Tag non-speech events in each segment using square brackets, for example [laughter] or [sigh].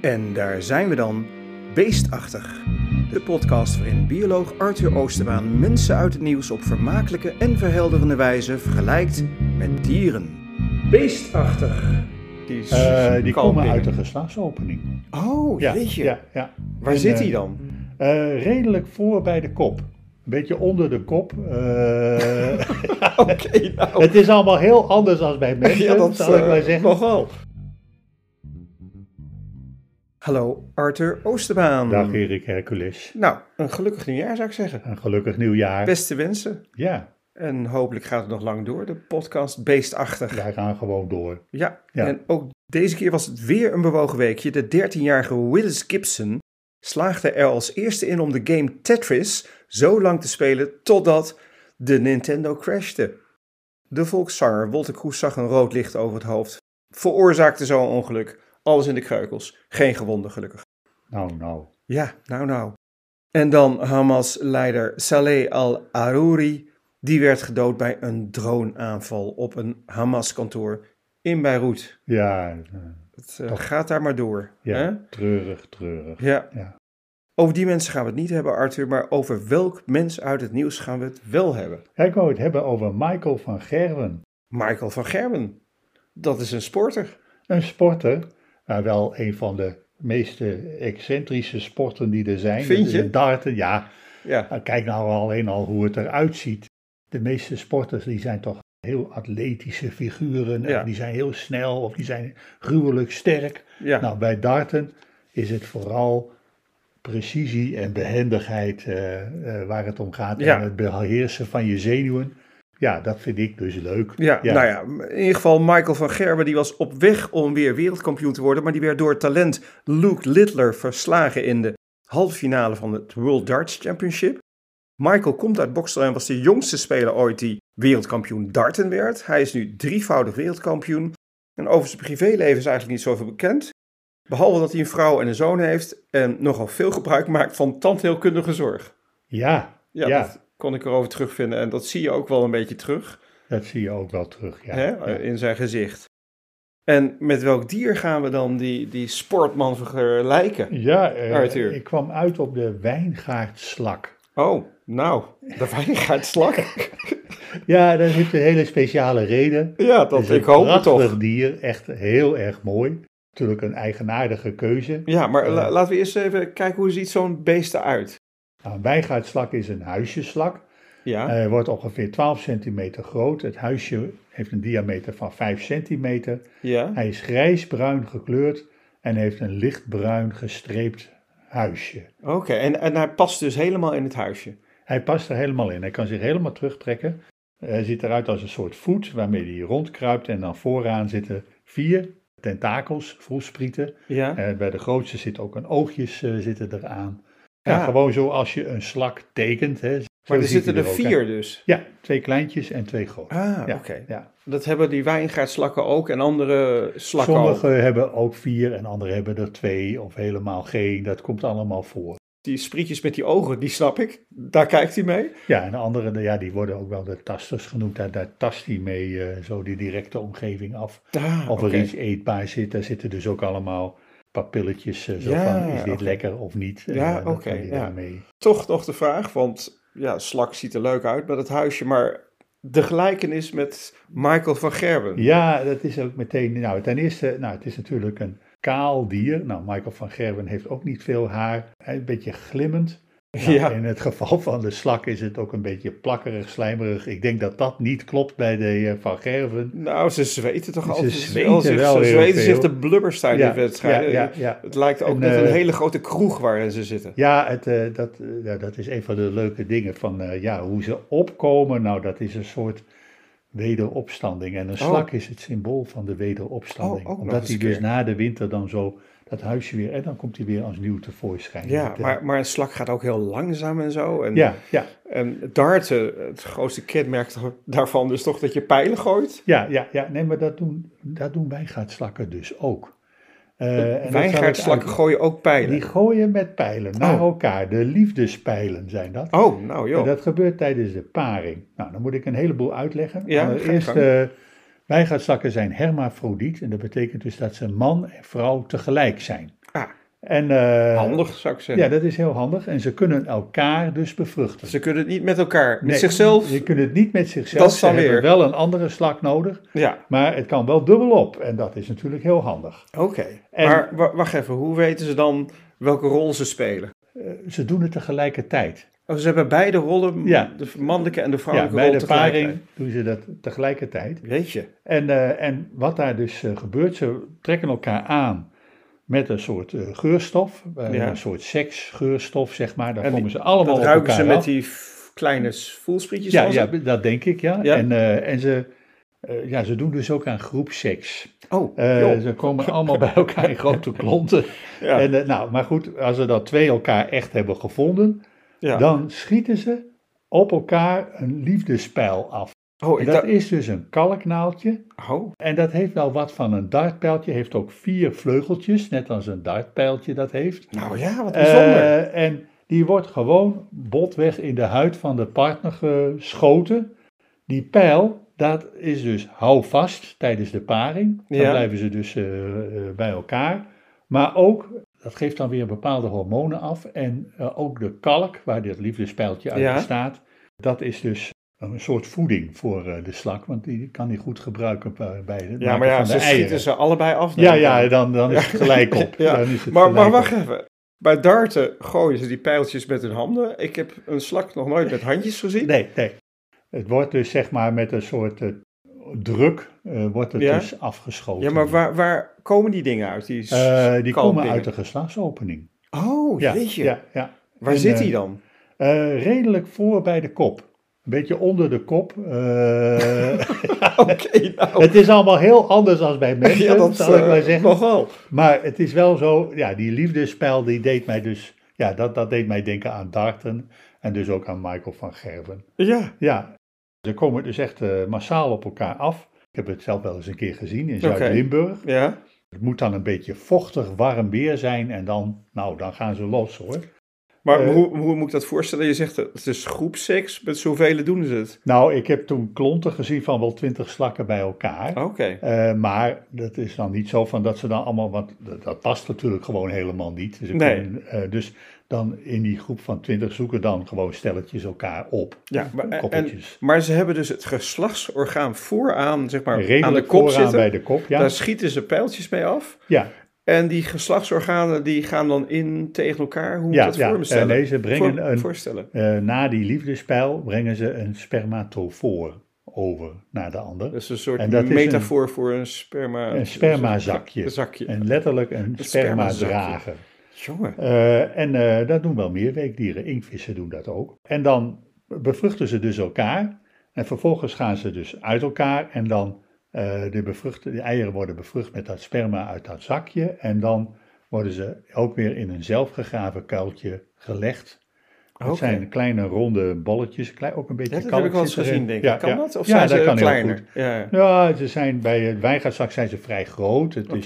En daar zijn we dan, Beestachtig. De podcast waarin bioloog Arthur Oosterbaan mensen uit het nieuws op vermakelijke en verhelderende wijze vergelijkt met dieren. Beestachtig. Die, is- Eh, die kalm komen binnen. uit de geslachtsopening. Oh, jeetje. ja, ja. Waar En, zit eh, hij [laughs] dan? eh, redelijk voor bij de kop. Een beetje onder de kop. eh. [laughs] Oké, nou. het is allemaal heel anders dan bij mensen, Ja, dat zal ik maar eh, zeggen. Nogal. Hallo, Arthur Oosterbaan. Dag Erik Hercules. Nou, een gelukkig nieuwjaar zou ik zeggen. Een gelukkig nieuwjaar. Beste wensen. Ja, En hopelijk gaat het nog lang door, de podcast Beestachtig. wij gaan gewoon door. Ja, Ja. en ook deze keer was het weer een bewogen weekje. De 13-jarige Willis Gibson slaagde er als eerste in om de game Tetris zo lang te spelen totdat de Nintendo crashte. De volkszanger Wolter Kroes zag een rood licht over het hoofd, veroorzaakte zo een ongeluk, alles in de kreukels, geen gewonden gelukkig. Nou, nou. Ja, nou nou. En dan Hamas-leider Saleh al-Arouri, die werd gedood bij een droneaanval op een Hamas-kantoor in Beirut. Ja, eh, Het eh, gaat daar maar door. ja. Hè? treurig, treurig. Ja. Ja. Over die mensen gaan we het niet hebben, Arthur, maar over welk mens uit het nieuws gaan we het wel hebben? Ik wou het hebben over Michael van Gerwen. Michael van Gerben. Dat is een sporter. Een sporter, maar wel een van de meest eh, excentrische sporten die er zijn. Vind Dat is je? het Darten, ja. Ja, Nou, Kijk nou alleen al hoe het eruit ziet. De meeste sporters die zijn toch heel atletische figuren. Ja. En die zijn heel snel of die zijn gruwelijk sterk. ja. Nou, bij darten is het vooral precisie en behendigheid eh, eh, waar het om gaat. Ja. En het beheersen van je zenuwen. Ja, dat vind ik dus leuk. ja, nou ja, in ieder geval Michael van Gerben die was op weg om weer wereldkampioen te worden, maar die werd door talent Luke Littler verslagen in de halve finale van het World Darts Championship. Michael komt uit Boksel en was de jongste speler ooit die wereldkampioen darten werd. Hij is nu drievoudig wereldkampioen. En over zijn privéleven is eigenlijk niet zoveel bekend. Behalve dat hij een vrouw en een zoon heeft en nogal veel gebruik maakt van tandheelkundige zorg. Ja, Ja, Ja. dat kon ik erover terugvinden en dat zie je ook wel een beetje terug dat zie je ook wel terug. Ja. hè, Ja. in zijn gezicht. En met welk dier gaan we dan die, die sportman vergelijken? Ja, eh, Arthur. ik kwam uit op de wijngaardslak. Oh, nou, de [laughs] wijngaardslak. Ja, dat heeft een hele speciale reden. ja, dat, is ik hoop het een toch. prachtig dier, echt heel erg mooi. Natuurlijk een eigenaardige keuze. Ja, maar la- Eh. laten we eerst even kijken hoe ziet zo'n beest eruit. Nou, een wijngaardslak is een huisjeslak. Ja, Hij wordt ongeveer 12 centimeter groot. Het huisje heeft een diameter van 5 centimeter. ja. Hij is grijsbruin gekleurd en heeft een lichtbruin gestreept huisje. Oké, en, en hij past dus helemaal in het huisje. Hij past er helemaal in. Hij kan zich helemaal terugtrekken. Hij ziet eruit als een soort voet waarmee hij rondkruipt. En dan vooraan zitten vier tentakels, vroesprieten. Ja, En Eh, bij de grootste zit ook een oogjes eh, zitten eraan. Ja. Ja, gewoon zo als je een slak tekent. Hè. Zo maar er ziet zitten hij er ook vier uit. dus. Ja, twee kleintjes en twee grote. Ah, ja, oké. ja. Dat hebben die wijngaardslakken ook en andere slakken Sommige ook. hebben ook vier en anderen hebben er twee of helemaal geen. Dat komt allemaal voor. Die sprietjes met die ogen, die snap ik. Daar kijkt hij mee. Ja, en de anderen, ja, die worden ook wel de tasters genoemd. Daar, daar tast hij mee eh, zo die directe omgeving af. Ah, Of oké. er iets eetbaar zit, daar zitten dus ook allemaal papilletjes eh, zo Ja, van, is dit oké. lekker of niet? Ja, Eh, dat oké, kan hij ja. daarmee. toch nog de vraag, want ja, Slak ziet er leuk uit met het huisje, maar de gelijkenis met Michael van Gerben. Ja, dat is ook meteen. Nou, ten eerste, nou, het is natuurlijk een kaal dier. Nou, Michael van Gerwen heeft ook niet veel haar. Hij is Een beetje glimmend. Nou, [laughs] Ja. In het geval van de slak is het ook een beetje plakkerig, slijmerig. Ik denk dat dat niet klopt bij de eh, van Gerwen. Nou, ze zweten toch Ze altijd. zweten als zich- wel ze heel zweten zich veel. de blubbers tijdens Ja, de wedstrijden. ja, ja, ja. Het lijkt ook En, net eh, een hele grote kroeg waarin ze zitten. Ja, het, eh, dat, eh, ja, dat is een van de leuke dingen van eh, ja, hoe ze opkomen. Nou, dat is een soort wederopstanding. En een slak is het symbool van de wederopstanding. Oh, ook nog Omdat eens hij een dus keer. na de winter dan zo dat huisje weer... En dan komt hij weer als nieuw tevoorschijn. Ja, Het, eh, maar, maar een slak gaat ook heel langzaam en zo. En, Ja, ja, en darten, het grootste kenmerk daarvan is toch dat je pijlen gooit. ja, ja, ja. Nee, maar dat doen, dat doen wijngaardslakken dus ook. Eh, en dat zal ik Wijngaardslakken uit- gooien ook Die pijlen. gooien met pijlen naar Oh. elkaar. De liefdespijlen zijn dat. Oh, nou En joh. dat gebeurt tijdens de paring. Nou, dan moet ik een heleboel uitleggen. Ja, Allereerst, ga je eh, wijngaardslakken zijn hermafrodiet. En dat betekent dus dat ze man en vrouw tegelijk zijn. Ja. En, eh, Ah. Handig, zou ik zeggen. Ja, dat is heel handig. En ze kunnen elkaar dus bevruchten. Ze kunnen het niet met elkaar, met Nee, zichzelf. Ze kunnen het niet met zichzelf. Dat is dan ze hebben weer- wel een andere slak nodig. Ja, Maar het kan wel dubbel op. En dat is natuurlijk heel handig. oké. En- Maar wa- wacht even, hoe weten ze dan welke rol ze spelen? Eh, ze doen het tegelijkertijd. Oh, ze hebben beide rollen, Ja. de mannelijke en de Ja, vrouwelijke bij rol de paring tegelijkertijd. doen ze dat tegelijkertijd. Weet je, En, eh, en wat daar dus eh, gebeurt, ze trekken elkaar aan met een soort eh, geurstof, eh, Ja. een soort seksgeurstof, zeg maar. Daar En die- komen ze allemaal dat op ruiken elkaar ze met af. die f- kleine voelsprietjes. Ja, zoals ja, het- dat denk ik, ja. Ja. En, eh, en ze, eh, ja, ze doen dus ook aan groepseks. Oh, Eh, joh. ze komen allemaal bij elkaar in [laughs] grote klonten. Ja. En, eh, nou, maar goed, als ze dat twee elkaar echt hebben gevonden, ja. dan schieten ze op elkaar een liefdespijl af. oh, En ik dat dacht, is dus een kalknaaltje. oh, En dat heeft wel wat van een dartpijltje. Heeft ook vier vleugeltjes, net als een dartpijltje dat heeft. nou ja, wat bijzonder. Eh, en die wordt gewoon botweg in de huid van de partner geschoten. Die pijl, dat is dus houvast tijdens de paring. Dan Ja. blijven ze dus eh, eh, bij elkaar. Maar ook, dat geeft dan weer bepaalde hormonen af. En eh, ook de kalk, waar dit liefdespijltje uit Ja. bestaat, dat is dus een soort voeding voor eh, de slak. Want die kan die goed gebruiken bij bij het ja, maken maar ja, van ze de eieren. schieten ze allebei af. Ja, denk ik. ja, dan, dan is het gelijk op. [laughs] Ja, Dan is het Maar, maar gelijk op. wacht even. Bij darten gooien ze die pijltjes met hun handen. Ik heb een slak nog nooit met handjes gezien. Nee, nee. Het wordt dus zeg maar met een soort eh, druk eh, wordt het Ja? dus afgeschoten. Ja, maar waar, waar komen die dingen uit? Die s- Eh, die komen kalkdingen? uit de geslachtsopening. Oh, Ja, jeetje. ja, ja. Waar En, zit eh, die [laughs] dan? Eh, redelijk voor bij de kop. Een beetje onder de kop. eh. [laughs] Oké, nou. het is allemaal heel anders dan bij [laughs] mensen, [laughs] ja, dat zal ik maar eh, zeggen. Nog wel. Maar het is wel zo, ja, die liefdespijl die deed mij dus, ja, dat, dat deed mij denken aan Darten en dus ook aan Michael van Gerven. Ja, Ja, ze komen dus echt eh, massaal op elkaar af. Ik heb het zelf wel eens een keer gezien in Oké. Zuid-Limburg. ja. Het moet dan een beetje vochtig, warm weer zijn en dan, nou, dan gaan ze los hoor. Maar Eh, hoe, hoe moet ik dat voorstellen? Je zegt dat het is groepseks. Met zoveel doen ze het. Nou, ik heb toen klonten gezien van wel twintig slakken bij elkaar. Ah, Oké. Eh, maar dat is dan niet zo van dat ze dan allemaal, want dat, dat past natuurlijk gewoon helemaal niet. Dus, ik Nee. ben, eh, dus dan in die groep van twintig zoeken dan gewoon stelletjes elkaar op. Ja, maar, eh, en- Koppeltjes. maar ze hebben dus het geslachtsorgaan vooraan, zeg maar, Redelijk aan de kop vooraan zitten. bij de kop, ja. Daar schieten ze pijltjes mee af. ja. En die geslachtsorganen die gaan dan in tegen elkaar. Hoe moet Ja, dat ja. voor me stellen? Eh, nee, ze brengen Voor- een- Voorstellen. Eh, na die liefdespijl brengen ze een spermatofoor over naar de ander. Dat is een soort En dat is metafoor voor een sperma... een spermazakje. Een zakje. En letterlijk een spermazakje. spermadrager. Jongen. Eh, en eh, dat doen wel meer weekdieren. Inktvissen doen dat ook. En dan bevruchten ze dus elkaar. En vervolgens gaan ze dus uit elkaar. En dan eh de, bevruchte, de eieren worden bevrucht met dat sperma uit dat zakje. En dan worden ze ook weer in een zelfgegraven kuiltje gelegd. Dat Oké. zijn kleine ronde bolletjes, klein, ook een beetje Ja, dat heb kalk ik wel eens zit erin. gezien, denk ik. Ja, kan ja. dat? Of Ja, zijn dat ze kan heel kleiner? goed. Ja, ja. Ja, ze zijn bij het wijngaatzak zijn ze vrij groot. Het Oké. is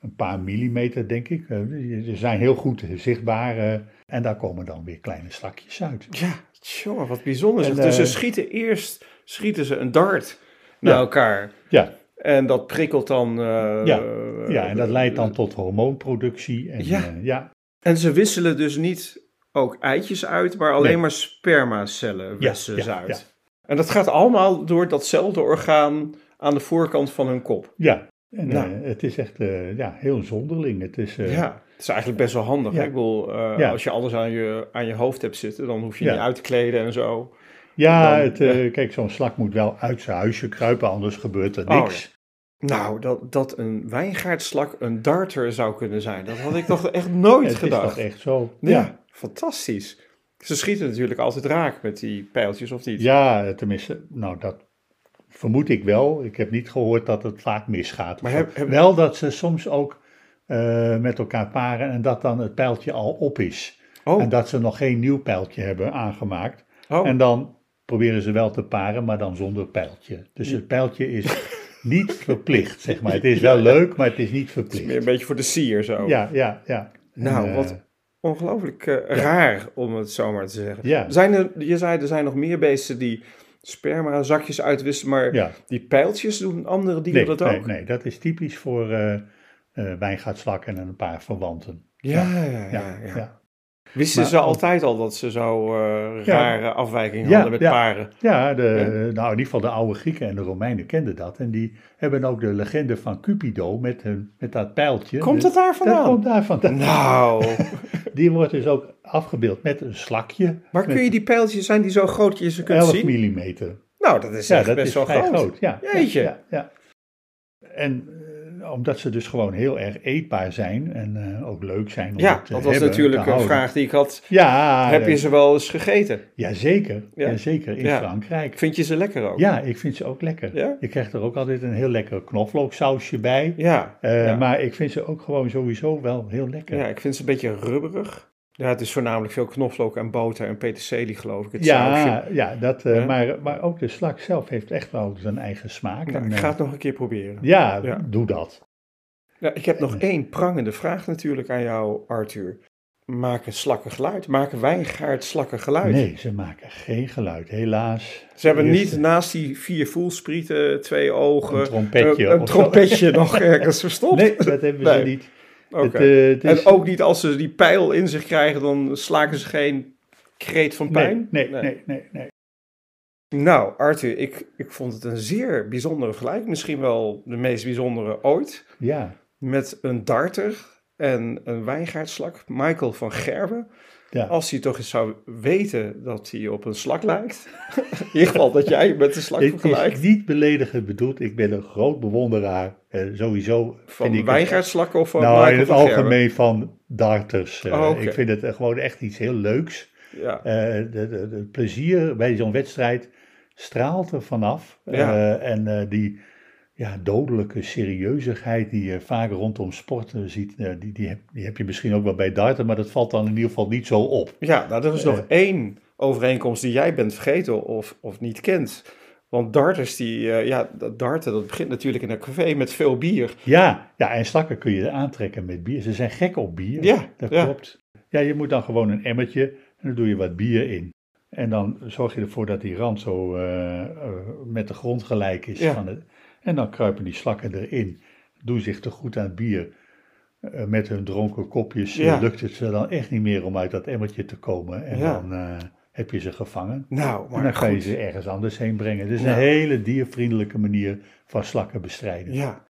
een paar millimeter, denk ik. Eh, Ze zijn heel goed zichtbaar. eh, En daar komen dan weer kleine slakjes uit. Ja, jongen, wat bijzonder. zeg. En, eh, dus ze schieten eerst schieten ze een dart naar Ja. elkaar. Ja, En dat prikkelt dan... eh, Ja, eh, ja en dat leidt dan tot hormoonproductie. En, Ja. eh, ja, En ze wisselen dus niet ook eitjes uit, maar alleen Nee. maar spermacellen wissen ja, ze uit. ja. En dat gaat allemaal door datzelfde orgaan aan de voorkant van hun kop. ja. En, eh, Nou. het is echt eh, ja, heel zonderling. Het is, eh, ja, het is eigenlijk best wel handig. Ja. hè? Ik bedoel, eh, Ja. als je alles aan je, aan je hoofd hebt zitten, dan hoef je Ja. niet uit te kleden en zo. ja, Dan- het, eh, kijk, zo'n slak moet wel uit zijn huisje kruipen, anders gebeurt er Oh, niks. Nou, dat, dat een wijngaardslak een darter zou kunnen zijn, dat had ik toch echt nooit Het is gedacht. toch echt zo. ja, fantastisch. Ze schieten natuurlijk altijd raak met die pijltjes of niet. Ja, tenminste, nou dat vermoed ik wel. Ik heb niet gehoord dat het vaak misgaat. Maar Of heb- zo. heb- Wel dat ze soms ook eh, met elkaar paren en dat dan het pijltje al op is. Oh, En dat ze nog geen nieuw pijltje hebben aangemaakt. oh. En dan proberen ze wel te paren, maar dan zonder pijltje. Dus het pijltje is [laughs] niet verplicht, zeg maar. Het is wel leuk, maar het is niet Het is meer verplicht. een beetje voor de sier zo. Ja, ja, ja. Nou, En, eh, wat ongelooflijk eh, raar om het zo maar te zeggen. Ja. Zijn er, je zei, er zijn nog meer beesten die sperma zakjes uitwissen, maar Ja. die pijltjes doen andere dieren Nee, dat nee, ook? nee, dat is typisch voor eh, eh wijngaardslak en een paar verwanten. Ja, ja, ja. Ja, ja, ja. Wisten Maar ze ook- altijd al dat ze zo eh, Ja. rare afwijkingen Ja, hadden met ja. paren? Ja, de, nou in ieder geval de oude Grieken en de Romeinen kenden dat. En die hebben ook de legende van Cupido met, hun, met dat pijltje. Komt dat dat daar vandaan? Dat komt daar vandaan. Nou, Die wordt dus ook afgebeeld met een slakje. maar kun je die pijltjes, zijn die zo groot dat je ze kunt 11 zien? mm. Nou, dat is Ja, echt dat best is wel vrij groot. groot. Ja, ja, Jeetje. Ja, ja. En eh, omdat ze dus gewoon heel erg eetbaar zijn en eh, ook leuk zijn om Ja, het dat te was hebben, natuurlijk te een houden. vraag die ik had. Ja, Heb je eh, ze wel eens gegeten? jazeker, Ja. jazeker in Ja. Frankrijk. Vind je ze lekker ook? Ja, ik vind ze ook lekker. Ja? Je krijgt er ook altijd een heel lekker knoflooksausje bij. Ja, Eh, Ja. Maar ik vind ze ook gewoon sowieso wel heel lekker. ja, ik vind ze een beetje rubberig. Ja, het is voornamelijk veel knoflook en boter en peterselie, geloof ik. Het sausje. ja, ja, dat, eh, Ja. Maar, maar ook de slak zelf heeft echt wel zijn eigen smaak. Nou, En, ik eh, ga het nog een keer proberen. ja, Ja. doe dat. Ja, ik heb nog één prangende vraag natuurlijk aan jou, Arthur. Maken slakken geluid? Maken wijngaard slakken geluid? Nee, ze maken geen geluid, helaas. Ze hebben Eerst eh, niet naast die vier voelsprieten, twee ogen, een trompetje. eh, een of zo. trompetje nog ergens verstopt. [laughs] Nee, dat hebben ze Nee. niet. Oké. Het, eh, het is- En ook niet als ze die pijl in zich krijgen, dan slaken ze geen kreet van nee, pijn? Nee, nee, nee, nee, Nou, Arthur, ik, ik vond het een zeer bijzondere gelijk. Misschien wel de meest bijzondere ooit. Ja, Met een darter en een wijngaardslak, Michael van Gerben. ja. Als hij toch eens zou weten dat hij op een slak lijkt. [laughs] In ieder geval dat jij met de slak Het is vergelijkt. niet beledigend bedoeld. Ik ben een groot bewonderaar. eh, sowieso vind Van ik wijngaardslakken of van Nou, Michael in het van Gerwen? algemeen van darters. eh, Oh, oké. Ik vind het eh, gewoon echt iets heel leuks. Ja. Eh, de, de, de plezier bij zo'n wedstrijd straalt er vanaf. Ja. Eh, en eh, die ja, dodelijke serieuzigheid die je vaak rondom sporten ziet, eh, die, die, heb, die heb je misschien ook wel bij darten, maar dat valt dan in ieder geval niet zo op. ja, nou, er is nog één overeenkomst die jij bent vergeten of, of niet kent. Want darters, die, eh, ja, dat darten, dat begint natuurlijk in een café met veel bier. Ja, ja en slakken kun je aantrekken met bier. Ze zijn gek op bier. Ja, dat ja. klopt. Ja, je moet dan gewoon een emmertje en dan doe je wat bier in. En dan zorg je ervoor dat die rand zo eh, eh, met de grond gelijk is. Ja. Van het, en dan kruipen die slakken erin, doen zich te goed aan het bier. Eh, met hun dronken kopjes eh, Ja. lukt het ze dan echt niet meer om uit dat emmertje te komen. En Ja. dan eh, heb je ze gevangen. Nou, en dan maar ga je goed. ze ergens anders heen brengen. Dus Nou. een hele diervriendelijke manier van slakken bestrijden. Ja.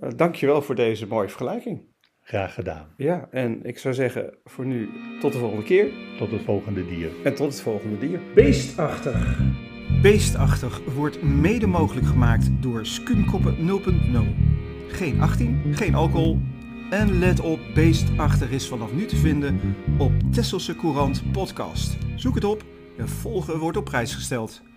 Eh, dankjewel voor deze mooie vergelijking. Graag gedaan. Ja, en ik zou zeggen voor nu tot de volgende keer. Tot het volgende dier. En tot het volgende dier. Beestachtig. Beestachtig wordt mede mogelijk gemaakt door Skumkoppen 0.0. Geen 18, geen alcohol. En let op, Beestachtig is vanaf nu te vinden op Tesselse Courant Podcast. Zoek het op en volgen wordt op prijs gesteld.